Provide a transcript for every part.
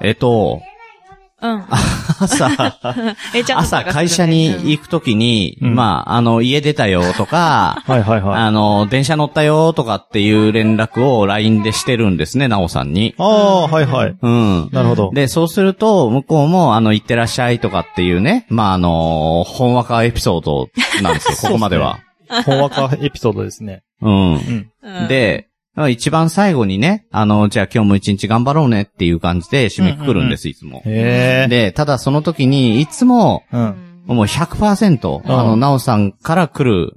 えっと、うん。 朝、え、ちゃんと朝探す会社に行くときに、うんまあ、あの、家出たよとか、はい はいはい。あの、電車乗ったよとかっていう連絡を LINE でしてるんですね、なおさんに。ああ、はいはい。うん。なるほど。で、そうすると、向こうも、あの、行ってらっしゃいとかっていうね、まあ、あの、ほんわかエピソードなんですよ、 ここまでは。ほんわかエピソードですね。うん。うん。うん、で、一番最後にね、あの、じゃあ今日も一日頑張ろうねっていう感じで締めくくるんです、いつも。へえ。で、ただその時に、いつも、う。うんん、もう100%、うんあの、なおさんから来る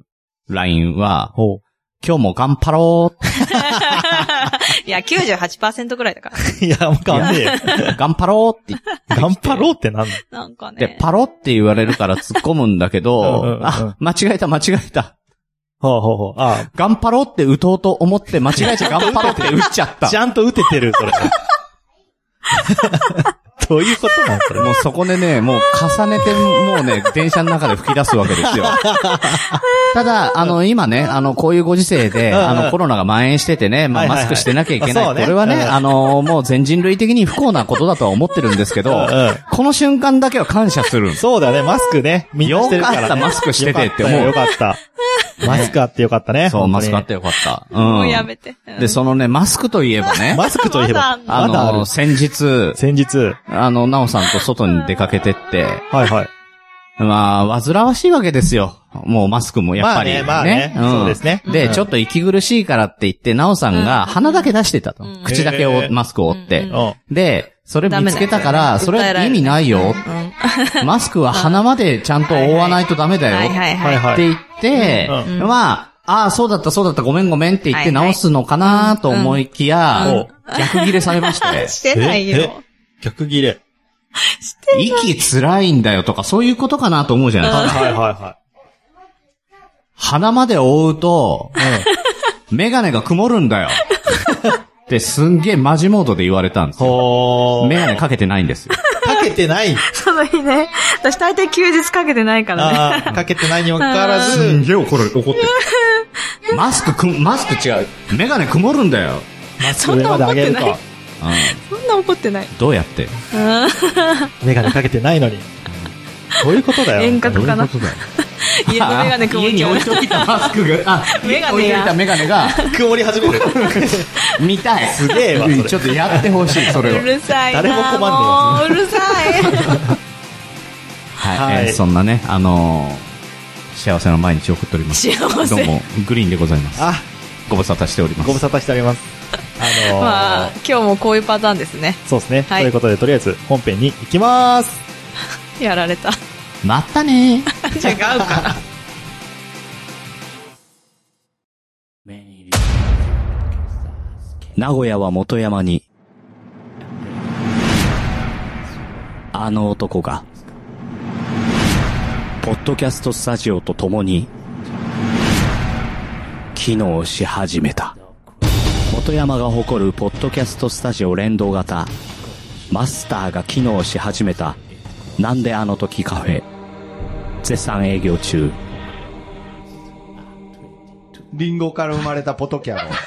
LINE は、ほう。今日も頑張ろういや、98%ぐらい だから。いや、わかんねえよ。って、頑張ろうって言って頑張ろうっ てなんだなんかね。で、 パロって言われるから突っ込むんだけうんうんうどん、あ、間違えた間違えた。ほうほうほう。あ頑張ろうって打とうと思って間違えちゃ頑張ろうって打っちゃっ あ、たち。ゃんと打ててる、それ。どういうことなんそれ。もうそこでね、もう重ねて、もうね、電車の中で吹き出すわけ ですよ。ただ、あの、今ね、あの、こういうご時世で、うんうんあの、コロナが蔓延しててね、まあ、はいはいマはいスクしてなきゃいけない。そこうねれはうね、んあの、もう全人類的に不幸なことだとは思ってるんですけどうんうん、この瞬間だけは感謝するん です。そうだね、マスクね。みんなしてるから、ね。よかったマスクしててって思うよかったよ。よかったマスクあってよかったね。そう、本当マにスクあってよかった。もう。うんやめて。うんで、そのね、マスクといえば ね、マスクといえば、まだあまだあるの、。先日、先日。あの、なおさんと外に出かけてって、はいはい。まあ、煩わしいわけですよ。もうマスクもやっぱり、ね。まあねまあねそうですねんで、うんちょっと息苦しいからって言って、なおさんが鼻だけ出してたと。うん口だけへを、ーマスクを折って。うんうん。で、それ見つけたから、それは意味ないよ。うんマスクは鼻までちゃんと覆わないとダメだよ。はいはいははいい。はっい。て言って、うまあ、ああ、そうだった、そうだった、ごめんごめんって言ってはいはい直すのかなと思いきや、うんこう逆切れされまして、 してないよ。逆切れ。息辛いんだよとか、そういうことかなと思うじゃないですか。はいはいは鼻まで覆うと、いはい。メガネが曇るん だよ。ってすんげえマジモードで言われたんですよ。ほ ー。メガネかけてないんですよ。かけてない。その日ね。私大体休日かけてないからね。ああ、かけてないにもかかわらすんず、げえ怒る、怒ってる。マスクくん、マスク違う。メガネ曇るんだよ。マスク上まで上げるそんなと怒、そんな怒ってない。どうやってうんメガネかけてないのに。そういうことだよ。遠隔かな。家のメガネ曇家っちにゃう置い。といたマスクが、あ、メガネが置いといたメガネが、曇り始め る。見たい。すげえわそれうんちょっとやってほしい、それをう。るさいな。誰も困んねもううるさい。はい。はいえーそんなね、あのー、幸せの毎日を送っております。幸せ どうも、グリーンでございます。あ、ご無沙汰しております。ご無沙汰しております。あのーまあ、今日もこういうパターンですね。そうですね。はいということで、とりあえず本編に行きまーす。やられた。またねー。 違うか な。名古屋は元山に、あの男が、ポッドキャストスタジオと共に、機能し始めた。元山が誇るポッドキャストスタジオ連動型、マスターが機能し始めた、なんであの時カフェ、絶賛営業中。リンゴから生まれたポトキャロ。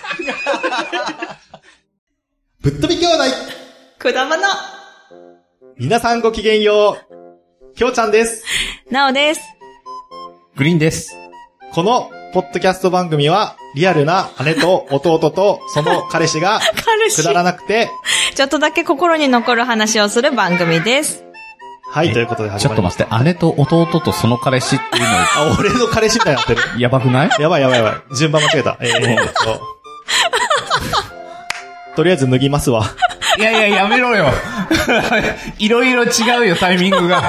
ぶっ飛び兄弟くだまの。皆さんごきげんよう。きょうちゃんです。なおです。グリーンです。この、ポッドキャスト番組は、リアルな姉と弟と、その 彼氏が、彼氏くだらなくて、ちょっとだけ心に残る話をする番組です。はい、ということでち始ょっまとります。待って、姉と弟とその彼氏っていうあ、俺の彼氏みたいになって る。の、やばくないやばいやばいやばい。順番間違えた。えー、と。とりあえず脱ぎますわ。いやいや、やめろよ。 いろいろ違うよ、タイミングが。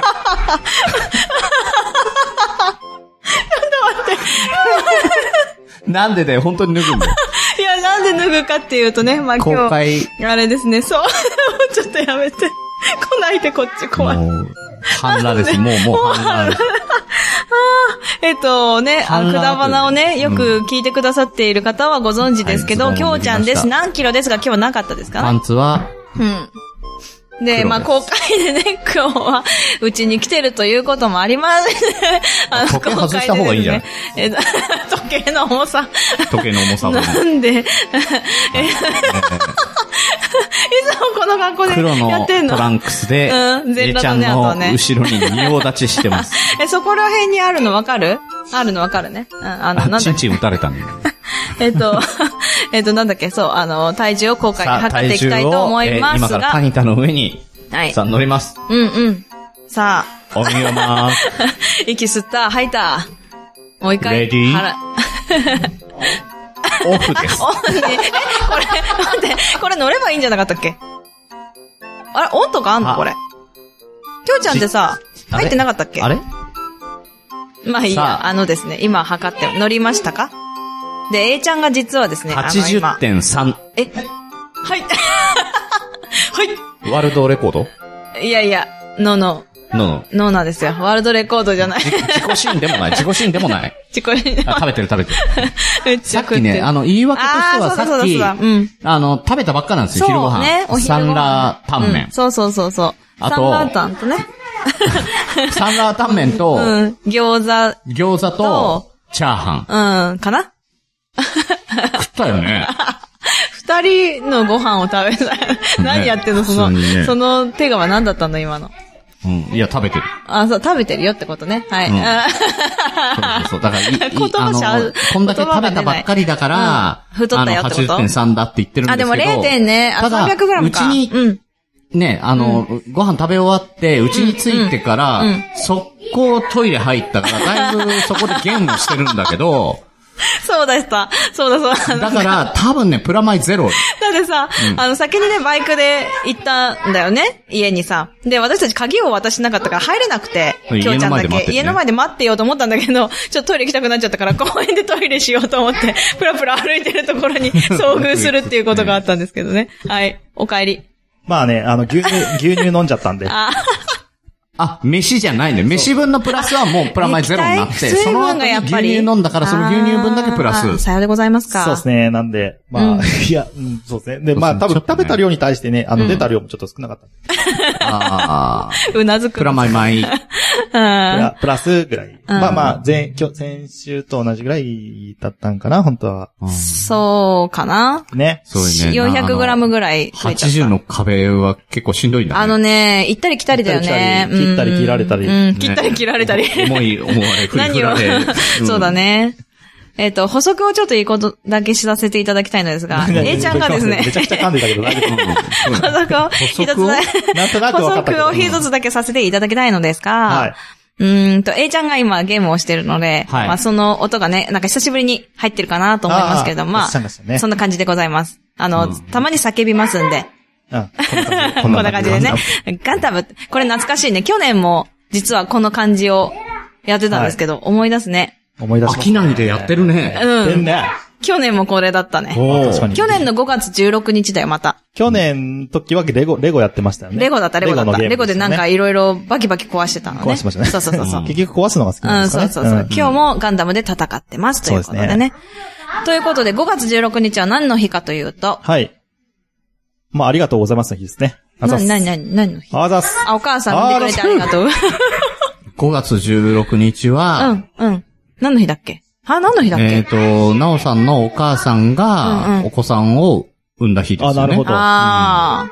なんでだよ、本当に脱ぐんだよ。いや、なんで脱ぐかっていうとね、まあ公今日、開、あれですね、そう。 ちょっとやめて。来ないでこっち怖い。もう、半裸 です。もう、もう半裸です。えっとね、あ反の、乱くだばなをね、ようんく聞いてくださっている方はご存知ですけはど、いきょうちゃんでそうす。思何キロですが、今日はなかったですかパンツは、うん。で、黒まあ、です公開でね、 今日は、うちに来てるということもありますね。あ時計外した方がいいんじゃない公開でですねえっと 時計の重さ。 時計の重さを。なんで、もこの格好黒でやのってんトの。ランクスで、うん全えちゃ裸のんねあとのはね後ろに仁王立ちしてます。え、そこら辺にあるのわかるあるのわかるね。うん、あの、あ、 なんチだンチン打たれたんだ。えっと、 えっと、なんだっけ、そう、あの、体重を今回さあ、測っ体ていき重を、たえいと思ーいま今すからタが、ニタの上に、はいさ。あ乗ります。うんうん。さあ、お見よまーす。息吸った、吐いた。もう一回。レディー腹 オフです。オンに、え、これ、待って、これ乗ればいいんじゃなかったっけあれ、オンとかあんのあこれ。きょうちゃんってさ、あれ入ってなかったっけあれまあいいさや。ああのですね、今測って、乗りましたかで、A ちゃんが実はですね、あの今。 ?80.3。え、はい。 はワールドレコードい。いやいや、ノーノの、ー。ノーなんですよ。ワールドレコードじゃない。自己シーンでもない。自己シーンでもない。自己に。あ、食べてる食べてる。めっちさゃっ食ってきるね、あの、言い訳としてあはーそうださっそうき、だそうだうんあの、食べたばっかなんですよ、そう昼ご飯。ねお昼ごサ飯ンラータンメン。うんそうそうそうそう。あとサンラータンとね。サンラータンメンと、うん。餃餃子とと、チャーハン。子、うん、かな食ったよね。二人のご飯を食べた。何やってんのその、普通にねその手がは何だったんだ今の。うん。いや、食べてる。あ、そう、食べてるよってことね。はい。うんあそうそうそう。だからいい、いい言葉あじゃの、こんだけ言葉食がべ出なたいばっかりだから、うん太ったよってことあの、80.3だって言ってるんですけど。でも0点ね。あ、ただ 300g か。うちに、うん。ね、あの、ご飯食べ終わって、うちに着いてから、うん速攻トイレ入ったから、だいぶそこでゲームをしてるんだけ ど、そうだした。そうだそうだ。だから、多分ね、プラマイゼロ。だってさ、あの、先にね、バイクで行ったんだよね家にさ。で、私たち鍵を渡してなかったから入れなくて、うんきょうちゃんだけ。家家の前の前で待ってようと思ったんだけど、ちょっとトイレ行きたくなっちゃったから、公園でトイレしようと思って、 プラプラ歩いてるところに遭遇するっていうことがあったんですけどね。はい。お帰り。まあね、あの、牛乳、牛乳飲んじゃったんで。あ、あ、飯じゃないんだよ。飯分のプラスはもうプラマイゼロになって、液体水その分後がにやっ牛ぱり乳飲んだから、その牛乳分だけプラあー ス。さようでございますか。そうですね。なんで、まあ、いや、うん、そうですね。で、まあ、そうですね多分ちょっと食ねべた量に対してね、あの、出た量もちょっと少なかった。ああ。うなずく。プラマイマイ。うんプラプラスぐらい。まあまあ、前、今日、先週と同じぐらいだったんかな、本当は。そうかな。ね。そういうね。 400g ぐらい増えちゃった。 80の壁は結構しんどいんだね。あのね、行ったり来たりだよね。行ったり来たりうん切ったり切られたりうん、ね切ったり切られたり。重い、思われ、振り振 何らをれ。んそうだ。ね。えっと、補足をちょっといいことだけ知らせていただきたいのですが、A ちゃんがですねめ、ちゃくちゃ噛んでたけど、大丈うん夫。そう補だね足を一つだなんとなく補分かった足けど。を一つだけさせていただきたいのですが、はい。うーんと、A ちゃんが今ゲームをしてるので、はいまあその音がね、なんか久しぶりに入ってるかなと思いますけれども、あーまおっしゃいましたねあ、そんな感じでございます。あの、うんたまに叫びますんで、うん こんな感じでねこんな。ガンダム、これ懐かしいね。去年も、実はこの感じをやってたんですけど、思い出すね。思い出し飽まきないでやってるね。やってうんん。ね。去年もこれだったね。お確かーに。去年の5月16日だよ、また。去年の時はレゴ、レゴやってましたよね。レゴだった、レゴだった。レゴでなんか壊いろいろバキバキ壊してたのね。しましたね。そうそうそうそう。結局壊すのが好きうなんでん、すそかうね。そうそう、ん今日もガンダムで戦ってますということでね。そうということで、5月16日は何の日かというと、はい。まあ、ありがとうございますの日ですね。あざっ何、何、す。何、何の日あざっす。あ、お母さん産んでくれてありがとう。 5月16日うは、ん、うん。何の日だっけあ、何の日だっけ、えっと、なおさんのお母さんうんがう、んお子さんを産んだ日ですよね。あなるほどああ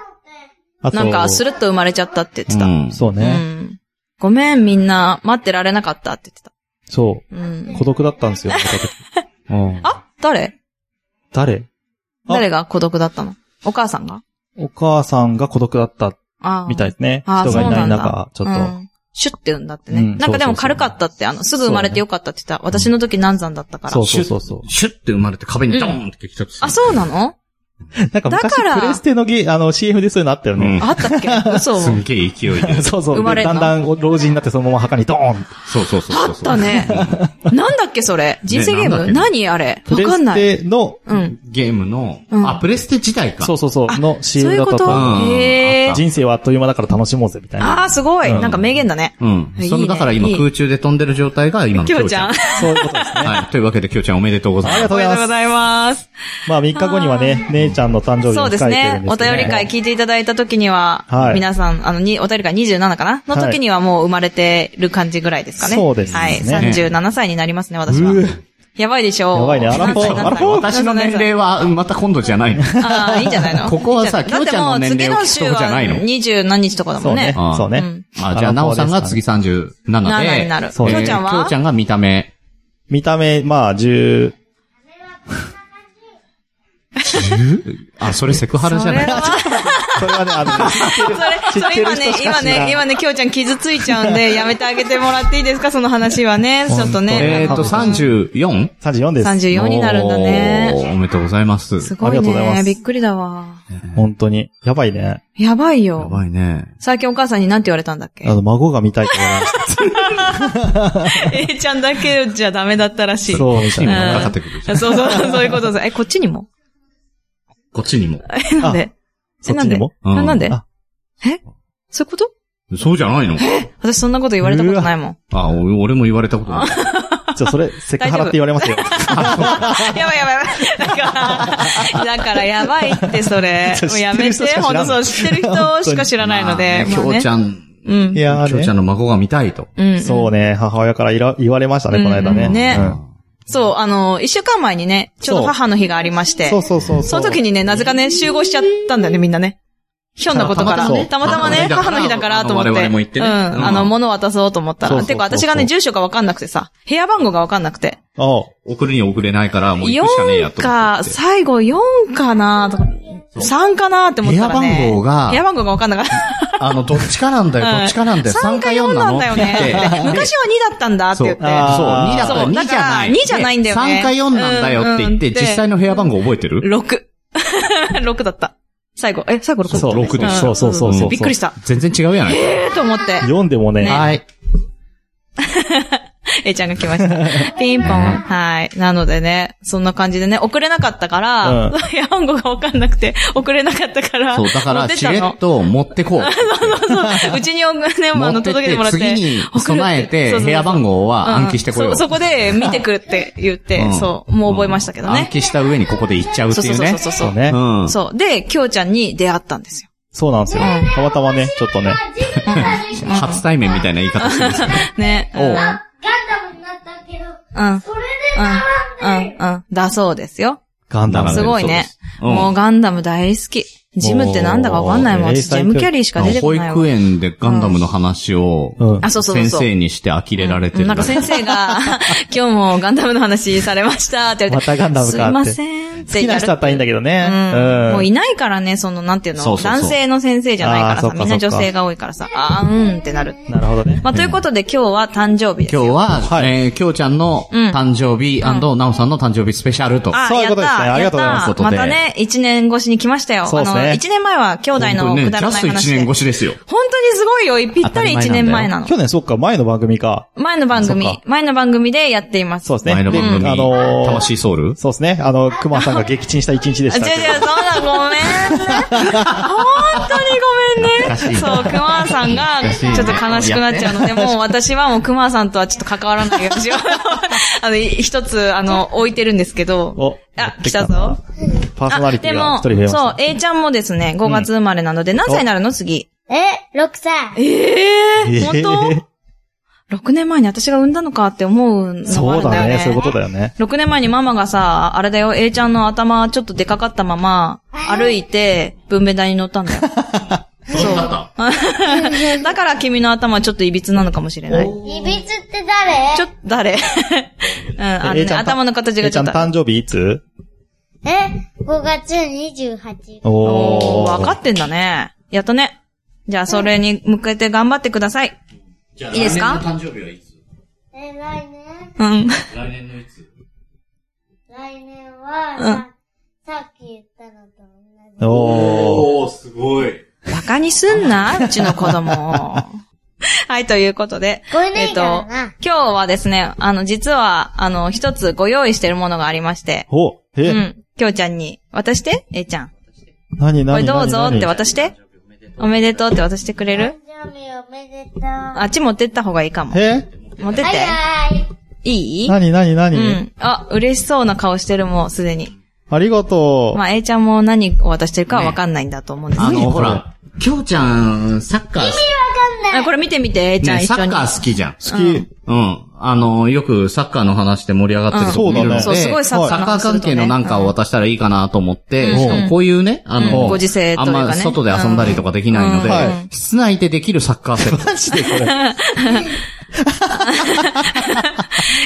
あ、となんか、スルッと生まれちゃったって言ってた。うんそううね。んごめん、みんな、待ってられなかったってそ言ってた。うう。ん。孤独だったんですよ。僕うんあ、誰誰あ誰が孤独だったのお母さんがお母さんが孤独だったああ。みたいですね。あー人がいないそうなんだ中、ちょっと。うんシュッて産んだってうね。んなんかでもそうそうそう軽かったって、あの、すぐ生まれてよかったって言った。私の時難産だったからそ。うそうそうそう。シュッて生まれて壁にドーンって激突するあ、そうなのなんか昔だからプレステのゲーあの CM でそういうのあったよね。あったっけ嘘を。すんげえ勢いで。 そうそう。生までれんだのんだん老人になってそのまま墓にドーンってそうそうそうそう。あったね。なんだっけ、それ。人生ゲなーんだっけム何あれわプレかんスない。テの、うん。ゲームの、うんあ、プレステ自体か。そうそうそう、のそう CM いだうったこととう思う。んへえ。人生はあっという間だから楽しもうぜ、みたいあな。あ、すごい。うんなんか名言だね。うんいい。ねその、だから今いい空中で飛んでる状態が今のきょうちゃん。。そういうことですね。 はい。というわけで、きょうちゃんおめでとうございあますりが。とおうごめざでいとまうございます。す。まあ3日後にはね、姉ちゃんの誕生日をそう控でえてするんですね。お便り会い聞いていただいた時には、はい皆さん、あの、に、お便り会27かなの時にはもう生まれてる感じぐらいですかね。そうですねはい。37歳になりますね、私は。ううーん。やばいでしょやばいねアラフォー何歳アラフォー何歳私の年齢は、また今度じゃ ないの。ああ、いいんじゃないのここはさいいじゃないきょうちゃんの年齢をだっても聞うくとこじゃないの次の週は20何日とかだもそうんねね。。あーそううねん。あ、じゃあ、なおさんが次37で。 7になるえーきょうちゃんはきょうちゃんが見た目。見た目、まあ、10、あ、それセクハラじゃないそれはそれはね、あ の、それ、それ今ね、今ね、今ね、きょうちゃん傷ついちゃうんで、やめてあげてもらっていいですかその話はね。ちょっとね。えーっと、34? 34です。 34になるんだおね。ーおめでとうございます。すごありいがとうございまね。すびっくりだわ。本当に。やばいね。やばいやよ。ばいね。最近お母さんに何て言われたんだっけ あの、孫が見たいと思いまし ?A ちゃんだけじゃダメだったらしい。た。そう、みチたーいムな。がかかってくるじゃそんうそう、そういうことです。え、こっちにもこっちにも。え、なんでえ、そっなんちにでもあなんであえそういうことそうじゃないの私そんなこと言われたことないもん。あ、お俺も言われたことない。じゃあ、それ、セクハラって言われますよ。やばいやばいやばい。だから、だからやばいってそれ。ちょもうやめ知ってる人しかて、知ほんらとんそう、知ってる人しか知らないのまあで。ねきょうちん。ゃん、ういん。やきょーうちゃね。んの孫が見たいと。うん。そうね、母親からいら言われましたね、この間うね。んねうんそう、あの、一週間前にね、ちょうど母の日がありまして。そうそうそう。その時にね、なぜかね、集合しちゃったんだよね、みんなね。ひょんなことから。たまたまねたまたまね、母母のの日日だだかかららと思って。あの我々も行ってねうん。うんあの、物渡そうと思ったそうそうら。そうてか、私がね、住所がわかんなくてさ、部屋番号がわかんなくて。おう送るに送れないから、もう行くしかねえや4と思か、って。最後4かなとか、3かなって思ったらね。部屋番号が部屋番号がわかんなかった。あの、どっちかなんだうんよ、どっちかなんだよ。3 3かか4 4ななのんだよねって。って昔は2だったんだって言って。そう、あー2だったらそう2じゃない。だから2じゃないんだよね3か4なんだよって言っうて、んうんで実際の部屋番号覚えてる6。6だった。最後。え、最後6だった。そう六でしょんそうそうそうそうびっくりした。全然違うやないえーと思って、読んでもね、はい。 A ちゃんが来ま した。ピンポン。ねはい。なのでね、そんな感じでね、送れなかったから、 うん部屋番号がわかんなくて、送れなかったから、そう、だか持っら、てっチたレのッ。ト持 ってこう。そううちに おね、持あの、ってっ届けてもらて、って。次に送る備えそうそうて、そう部屋番号は暗記してこようんう。そ、そこで見てくるって言って、んそう、もう覚えましたけど暗ね。記した上にここで行っちゃうってそういそううそうね。そうそそうう。ね。うん。そう。で、きょうちゃんに出会ったんですよ。そうなんですよ。たまたまね、ちょっとね。初対面みたいな言い方してるんですよね。おうガンダムになったけど、うん。うん。それでうん。うん。だそうですよ。ガンダム。すごいねそうですうんもうガンダム大好き。ジムってなんだかわかんないもん。おー私、ジムキャリーしか出てこ保ないわ育。園でガンダムの話を、うん。あ、そうそうそう先そう。生にして呆れられてるなだんけ。か先生が、 今日もガンダムの話されましたって言われて。またガンダムかってすいませんって好きな人だったらいいんだけどね。うん。もうういん。ないからね、その、なんていうのそうそうそう男性の先生じゃないからあーさ、そっかみんなそっ女か性が多いからさ、あーうんってなる。なるほどね。まあ、ということで今日は誕生日です今よ。日は、はいえー、きょうちゃんのうん誕生日なおさんの誕生日スペシャルと。あそういうことですやっねたありがとうございますやったまたね、一年越しに来ましたよ。そうですねあの、一年前は兄弟の本当にね、くだジらャなスいト1話で。年越しですよ。本当にすごいよ。ぴったり一年前なの。去年、そっか、前の番組か。前の番そっ組か、前の番組でやっています。そうですね。前の番組、であのー魂ソウルそうですね。あの、熊さんが撃沈した一日であ、し違うた違けど。う、そんなごめんね。本当にごめん懐ね。かしいそう、クマさんが、懐かしいねちょっと悲しくなっちゃうので、もう私はもうクマさんとはちょっと関わらないようにしよ う。あの、い一つ、あの、置いてるんですけど。おあ、来たぞ。。パーソナリティが一あ、人増でえまも、した。そう、A ちゃんもですね、5月生まれなので、何歳になるの次。え、6歳。ええ本ー当 ?6 年前に私が産んだのかって思うのがあそるうんだだよね。ね。そういうことだよね。 6年前にママがさ、あれだよ、A ちゃんの頭ちょっと出かかったまま、歩いて、文明台に乗ったん だよ。そうだった。 だから君の頭はちょっといびつなのかもしれない。いびつって誰ちょっと、誰 うん、あのね A ちゃん頭の形えがちちゃょんっと。誕生日いつえ、5月28。おー、分かっってんだね。やっとね。じゃあ、それに向けて頑張ってください。じゃあいいですか来誕生日はいつえ、来年うん。来年のいつ来年は、ささっき言ったのと同じ。おー。ー、すごい。バカにすんな、うちの子供。 はい、ということで。これねえっと、いいから今な日はですね、あの、実は、あの、一つご用意してるものがありまして、お、うえ、ん、きょうちゃんに渡して、えいちゃん。何これ何どうぞって私。渡して。おめでとうって渡してくれる誕生日おめでとう。あっち持ってった方がいいかも。え持ってって。はいはい。いい何何う何ん。あ、嬉しそうな顔してるもうすでに。ありがとうま。あ、A ちゃんも何を渡してるかはわかんないんだと思うんですあけど。の、ほら、きょうちゃん、サッカー、あこれ見てみて、A ちゃんね、一サ緒ッにカ。ー好きじゃん。好き。うん。あの、よくサッカーの話で盛り上がってるとこうん見るのねで、そう、すごいサッカサッーのカー話する関とね係のなんかを渡したらいいかなと思って、うんしかもこういうね、あうの、んご時世というかねあんま外で遊んだりとかできないので、うんはい室内でできるサッカーセット。マジでこれ。えーっ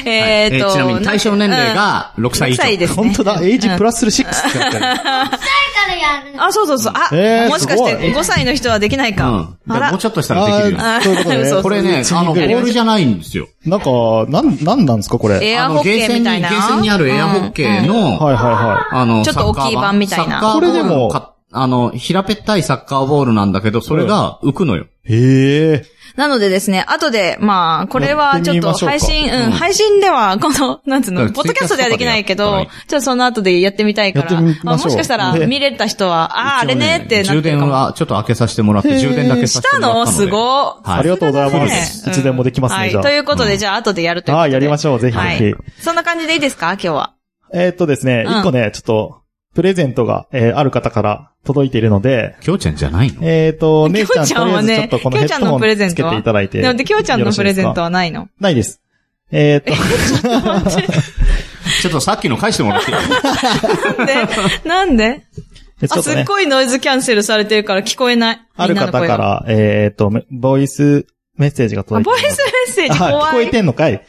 えと、ちなみに対象年齢うんが6歳以6歳上。ですね 本。当だ、エイジプラス6ってなって る。からやる。あ、そうそうそう。あ、えーもしかしすごてい5歳の人はできないか。うん。あでらもうちょっとしたらできるよ。あーそういうことそうそうね。これね、あの、ボールじゃないんですよ。なんか、なん、なんなんですかこれ。エあアのホッケーみたいゲーセンにな。ゲーセンにあるエアホッケーの、はいはいはあの、ちょっと大きい版みたいサッなカーこれでもかあの、平べったいサッカーボールなんだけど、それが浮くのよ。い。へえ。なのでですね、後で、まあ、これはちょっと配信、やってみましょうかうん、うん配信では、この、なんつうだの、からポッドキャストではできないけツイどッターとか、ちょっとその後でやってみたいかやら、ってみましょうあもしかしたらね見れた人は、あー、あ一れ応ねってなっ充てる電かも。はちょっと開けさせてもらって、充電だけさせしたてもらったののですごはいありがとうございます。ねいつでもできますはね、い。じゃあと。いうことで、じゃあ後でやるということあで。あ、やりましょう。ぜひはぜい。そんな感じでいいですか今日は。ひ。えーっとですね、うん一個ね、ちょっと、プレゼントが、えーある方から届いているので、きょうちゃんじゃないのえーっと、き姉ょちゃ、うんちとゃんりあはえずちょねっとこ、のきょヘうちゃッんドのホンプレゼンつけトてはいただいて。なので、きょうちゃんよろのしいプでレすかゼントはないの。ないです。えーっと、ちょっとさっきの返してもらっていいなんでなん でえ ちょあ、っとすねっ、ごいノイズキャンセルされてるから聞こえない。ある方みんなのか声が。ら、えーっと、めボイスメッセージがあ届いてボまイす。スメッセージ怖あい。聞こえてんのかい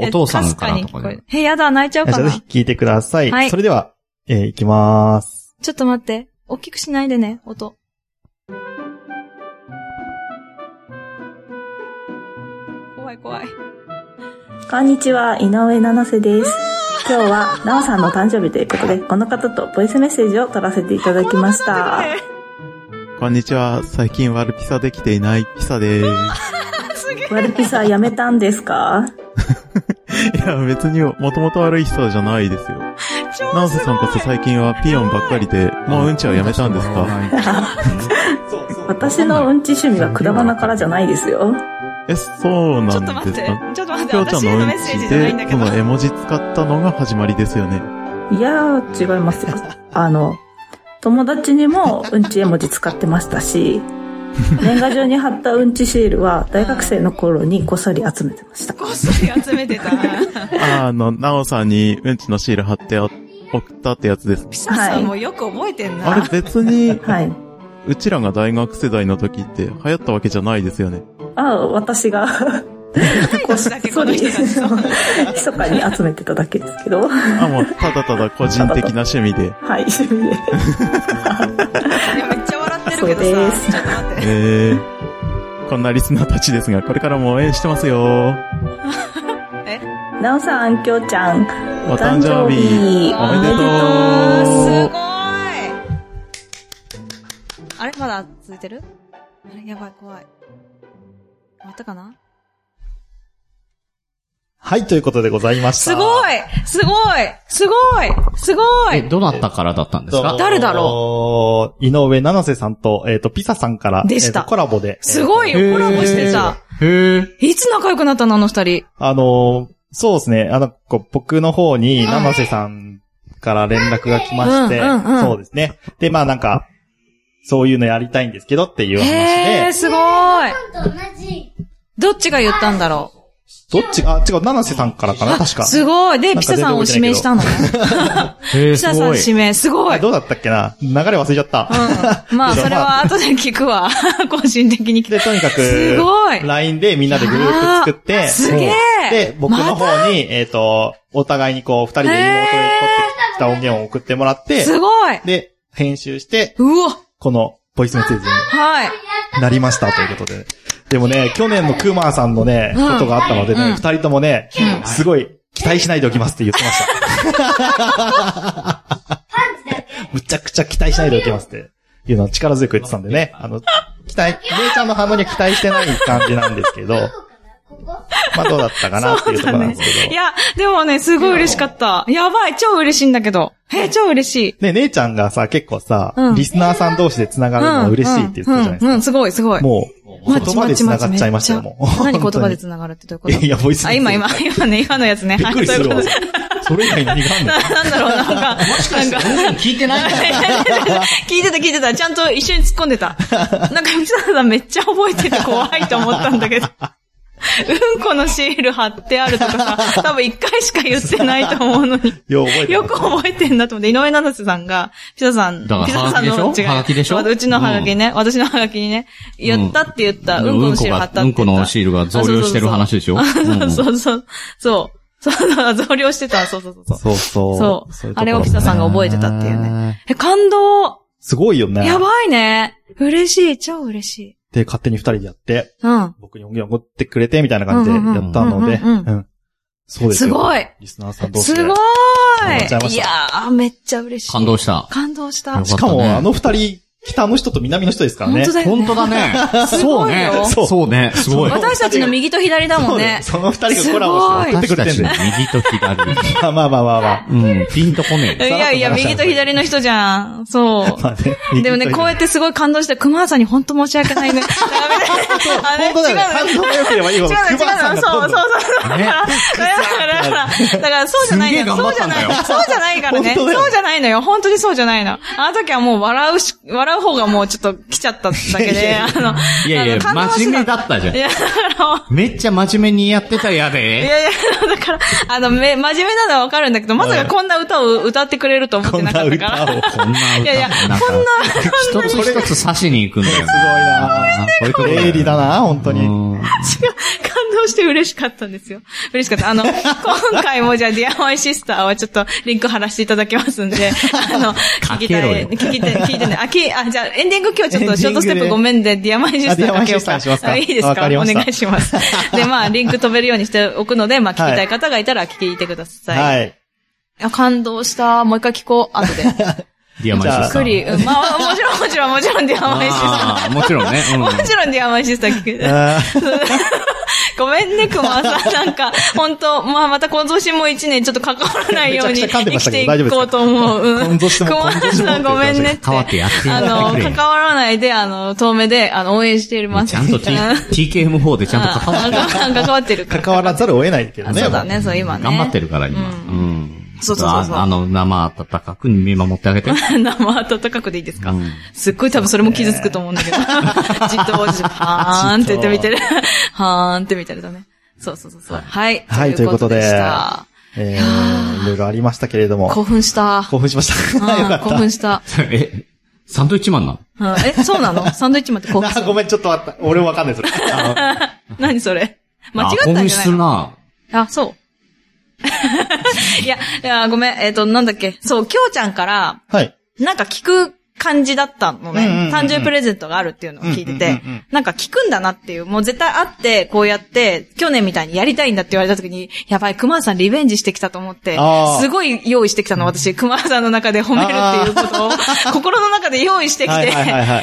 お父さんからとかえで。。えやだ、泣いちゃう じゃかあぜな。ひ聞いてください。はいそれでは、えー、いきまーす。ちょっと待って。大きくしないでね、音。怖い怖い。こんにちは、井上七瀬です。今日は、なおさんの誕生日ということで、この方とボイスメッセージを取らせていただきました。こんにちは。最近ワルピサできていないピサでーす。ワルピサやめたんですかいや、別にもともと悪い人じゃないですよ。ナンセさんこそ最近はピヨンばっかりで、もううんちはやめたんですか私のうんち趣味はくだばなからじゃないですよ。え、そうちなょっとん待っですてか。ちょっと待って。きょうちゃん私へののうんメッセージちじゃないんだで、けこどの。絵文字使ったのが始まりですよね。いやー、違いますよ。あの、友達にもうんち絵文字使ってましたし、年賀状に貼ったうんちシールは大学生の頃にこっそり集めてまし た。こっそり集めてた。あの、ナオさんにうんちのシール貼ってお送ったってやつです。ピサさんもよく覚えてんな。あれ別に、はい。うちらが大学世代の時って流行ったわけじゃないですよね。ああ、私が、こっ年そだけこのり、人たちそう密かに集めてただけですけど、はあ、もうただただ個人的な趣味で。 い、趣味で。いやめっちゃ笑ってるけそうどでさ。すちょっと待って。えー、こんなリスナーたちですが、これからも応援してますよ。なおさん、きょうちゃん、お誕生日、おめであとう。ーすごいあれまだ続いてるあれやばい、怖い。終わったかなはい、ということでございました。すごいすごいすごいすご え、いどなたからだったんですか誰だろう井上七瀬さんと、えっ、と、ピサさんから、でしたえーとコラボで。すごいよ、コラボしてた。へえ。いつ仲良くなったのあの二人。あのーそうですね。あの、こう僕の方に、七瀬さんから連絡が来まして、うんうんうんそうですね。で、まあなんか、そういうのやりたいんですけどっていう話へえ、で、すごい今と同じ。どっちが言ったんだろどっち、あ、違う、七瀬さんからかな、確うか。すごいで、なんピサか全然さんを指名したのね。 へえ、ピサさん指名、すごいどうだったっけな流れ忘れちゃった。うん まあ、それは後で聞くわ。個人的に聞く。で、とにかく、すごい LINE でみんなでグループ作って、すげえで、僕の方に、えっ、と、お互いにこう、二人でリモートで撮ってきた音源を送ってもらって、すごいで、編集して、うわこの、ボイスメッセージにはいなりましたということで。でもね、去年のクーマーさんのね、うんことがあったのでうね、ん二人ともねう、すごい、期待しないでおきますって言ってました。むちゃくちゃ期待しないでおきますって。いうのを力強く言ってたんでね。あの、期待、姉ちゃんの反応には期待してない感じなんですけど、ここまあどうだったかなっていうところなんですけいど。や、でもね、すごい嬉しかった。やばい、超嬉しいんだけど。えー、超嬉しい。ね、姉ちゃんがさ、結構さうん、リスナーさん同士で繋がるのが嬉しいって言ってたじゃないですうん、うんうか。ん、すごい、すごい。もう、ま言ち葉でち繋ちがっちゃいましたよ、めっもちゃう。何言葉で本繋がるってどういうこ当とにいや、ボイスメッあ、セ今、ージ今、今ね、今のやつね。びっくりするわはいそういうこ。それ以外に何があんのとななんだろう、なんか。もしかして、聞いてない聞いてた、聞いてた。ちゃんと一緒に突っ込んでた。なんか、ミサさんめっちゃ覚えてて怖いと思ったんだけど。うんこのシール貼ってあるとかさ、多分一回しか言ってないと思うのに。よう覚えてよますく覚えてんなと思って、井上七瀬さんが、ピザさん、だからピザさんのはがきでしょはがきでしょうちのハガキね、私のハガキにね、言ったって言った、うん、このシール貼ったって言った。うんこのシールが増量してる話でしょあそうそううそう。そうんそう。そう。そうそう増量してた。そうそうそうそう。そうそう。そういとこあれろをもね北さんが覚えてたっていうね。え、感動すごいよね。やっばいね嬉しい超嬉しい。て勝手に二人でやって、うん。僕に音源送ってくれて、みたいな感じでやったので、うんうんうんうんうんそうですすよ。ごい。いリスナーさん同士すで。ごやっちゃいまいいしやたー、めっちゃ嬉しい。感動した。感動した。よかっしかよも、ったねあの二人、北の人と南の人ですから本ね当。だよね。本当だね。 すごいよそうね。そうね。すごい。私たちの右と左だもんね。 そうだよその二人がコラボして送ってく私れたてちんのだよ。右と左。まあまあまあまあまあ。うん、ピンとこねいやいや、右と左の人じゃん。そう。まあねでもね、こうやってすごい感動して、熊さんに本当申し訳ないね。ダメだあれ違うの本当だよね。感動が良ければいい違うほのど、違熊さうんの。がそどうんそどんうそう。え。ね。だから、だからそうじゃないのよ。すんげえ頑張そうっじゃたんなだい。よそうじゃない からね。本当だよそうじゃないのよ。本当にそうじゃないの。あの時はもう笑うし、笑う方がもうちょっと来ちゃっただけで、あの、いやいあや、の感動は真し面な目いだったじゃんい。や、だからめっちゃ真面目にやってたやいで。やいや、だから、あの、め、真面目なのはわかるんだけど、まさかこんな歌を歌ってくれると思ってこんななかった歌から。を。すこんな歌。いやいやんか一つ一つ刺しに行くんだよごいな。なこういうところよ鋭利だな、本当に。うん違う感動して嬉しかったんですよ。嬉しかった。あの、今回もじゃあ、ディアマイシスターはちょっとリンク貼らせていただきますんで、あの、聞きたい、か聞きたい、聞いてね。あ、き、あ、じゃあ、エンディング今日ちょっとショートステップごめんで、ディアマイシスターかけようあディアマイシスターにしますかあいいですかわかりましたお願いします。で、まあ、リンク飛べるようにしておくので、まあ、聞きたい方がいたら聞いてください。。はいい。や、感動した。もう一回聞こう。後 で。ディアマイシびスっタくー。り。うんまあ、もちろん、もちろん、もちろん、ディアマイシスター。ああ、もちろんね。うんもちろんディアマイシスター聞く。あー ごめんね、熊さん。なんか、本当まあ、また今年も一年ちょっと関わらないようにめちゃくちゃ噛ん生でましきたてけいど大丈夫ですこかうと思う。うん。今年も熊さんごめんねって。変わってやってあの、やって関わらないで、あの、遠目で、あの、応援しています。ちゃんとうん T- TKM4 でちゃんと関わってる。関関わってるから。関わらざるを得ないけどあね。そうだね、そう、今ね。頑張ってるから、今。うん。そうそうそうそうああの、生温かく見守ってあ げて。生温かくでいいですか、うんすっごい多分それも傷つくと思うんだけど。 じっ と、じっとはーんって言ってみてる。 はーんって見てるとね。そうそうそうそう。はい。はい、ということでし、たえー、いろいろありましたけれども、興奮した。興奮しましうた。よかんっ興奮した。え、サンドイッチマンなのうんえ、そうな のサンドイッチマンって興奮た。すあ ごる。めん、ちょっと待った。俺もわかんない、それ。あ何それ間違あった興んじゃな奮いするのな。あ、 そう。いや、いや、ごめん。えっ、と、なんだっけ。そう、きょうちゃんから、のはい。なんか聞く感じだったのうんうんうんうね。ん誕生日プレゼントがあるっていうのを聞いててうんうんうんうん、なんか聞くんだなっていう、もう絶対あって、こうやって、去年みたいにやりたいんだって言われた時に、やばい、熊さんリベンジしてきたと思ってあ、ーすごい用意してきたの、私、熊さんの中で褒めるっていうことを、 心の中で用意してきはて、いだはいはいかはい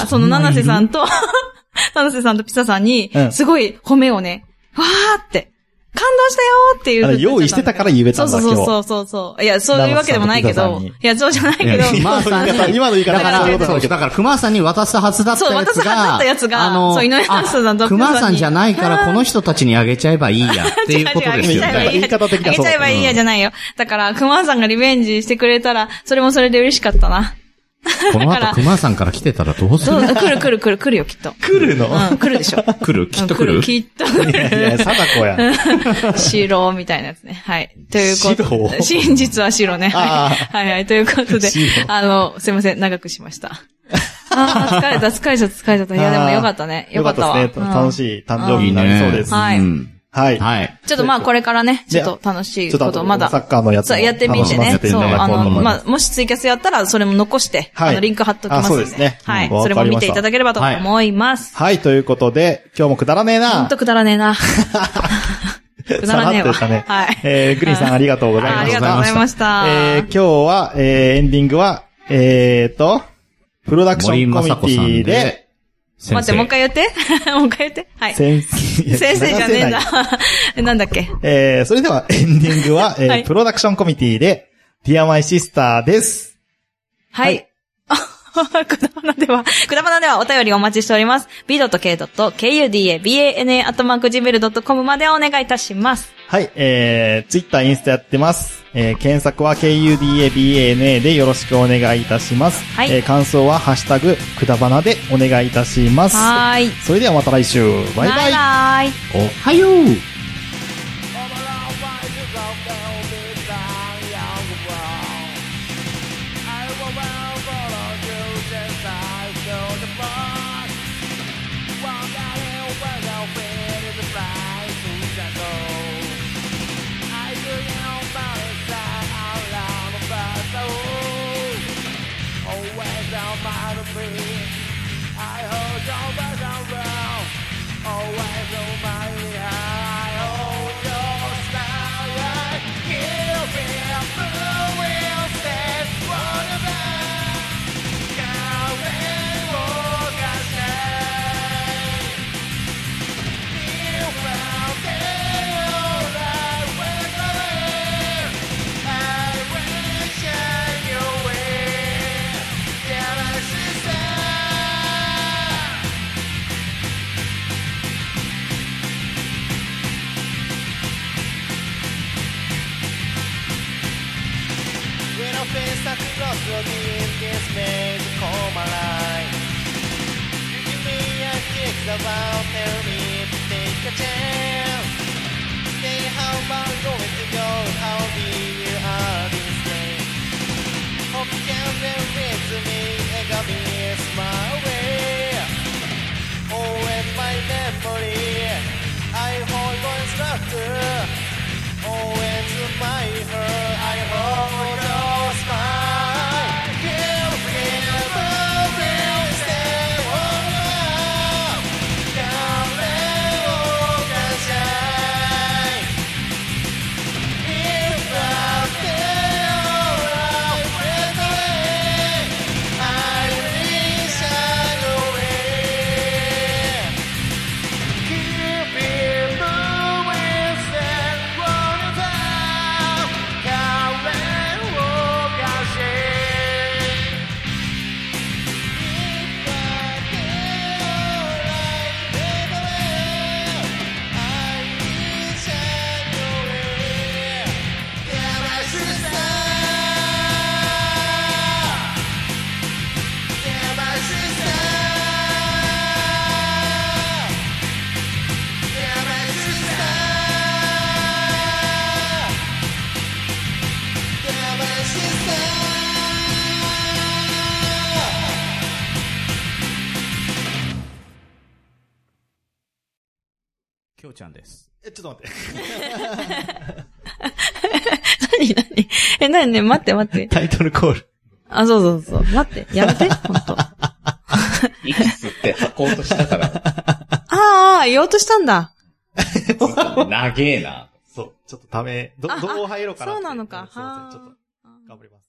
ら、その七瀬さんと、 七瀬さんとピサさんにう、んすごい褒めをね、わーって、感動したよーっていうあの用意してたから言えたんだそうそう今日そうそうそう。いや、そういうわけでもないけ七瀬さど、んとピいサや、さんにそうじゃないけ ど、いや熊さんに今の言い方だかそういうら、ことそう、だから熊さんに渡すはずだったやつそう渡すはずだっがたやつ、がそう井上さんさんとあ熊さんじゃないから、この人たちにあげちゃえばいい や、っていうことです違う違うよあげちゃえばいいね。言い方的にあはげそうちゃえばいいやじゃないよ。だから、熊さんがリベンジしてくれたら、それもそれで嬉しかったな。このだから後熊さんから来てたらどうすどうる来る来る来る来るよ、きっと。来るのうん、来るでしょ。来るきっと来うるんきっと来いやいや、貞子や。る。 白みたいなやつね。はい。ということで。白真実は白ね。あはいはいはい。ということで白、あの、すいません、長くしました。あー疲れた、疲れちゃった、疲れちゃった。いや、でもよかったね。よかったわ。よですね。うん楽しい誕生日になりそうです。うんはいうんはい。はい。ちょっとまあこれからね、ちょっと楽しいちょこっととをまだ。サッカーのやつもそう、やってみて楽ねしませ。ていそたう、だこうとあ思いまの、すまあ、もしツイキャスやったら、それも残して、はいあの、リンク貼っときますんあそうですねはい。うんそれも見ていただければと思います。はい、ということで、今日もくだらねえほ。なんとくだらねえ な。くだらねえわ。さらっと言ったねはい。えー、グリーンさんありがとうございました。ありがとうございました。えー、今日は、えー、エンディングは、えーと、プロダクションコミュニティで、先生待って、もう一回言って。 もう一回言って。はい。先先生生じゃねえんだ。なん だっけ。えー、それ ではエンディングは、えーはいプロダクションコミュニティで、Dear My Sister です。はい。 くだばなでは、くだばなではお便りお待ちしております。b.k.kuda.bana.gmail.com までお願いいたします。はい、えー、ツイッター、インスタやってます。えー、検索は KUDABANA でよろしくお願いいたします。はいえー感想はハッシュタグ、くだばなでお願いいたします。はーい。それではまた来週。バイバイ。バイバイおはようきょうちゃんです。え、ちょっと待って。何何 え、なにね、待って待って。タイトルコール。あ、そうそうそう。待って。や めて。ほんと。あ息吸って吐こうとしたから、ああ、言おうとしたんだ。長えな。そう、ちょっとため、ど、あどう入ろうかなっあそて。うなのかんすいませんはーちょっと、頑張ります。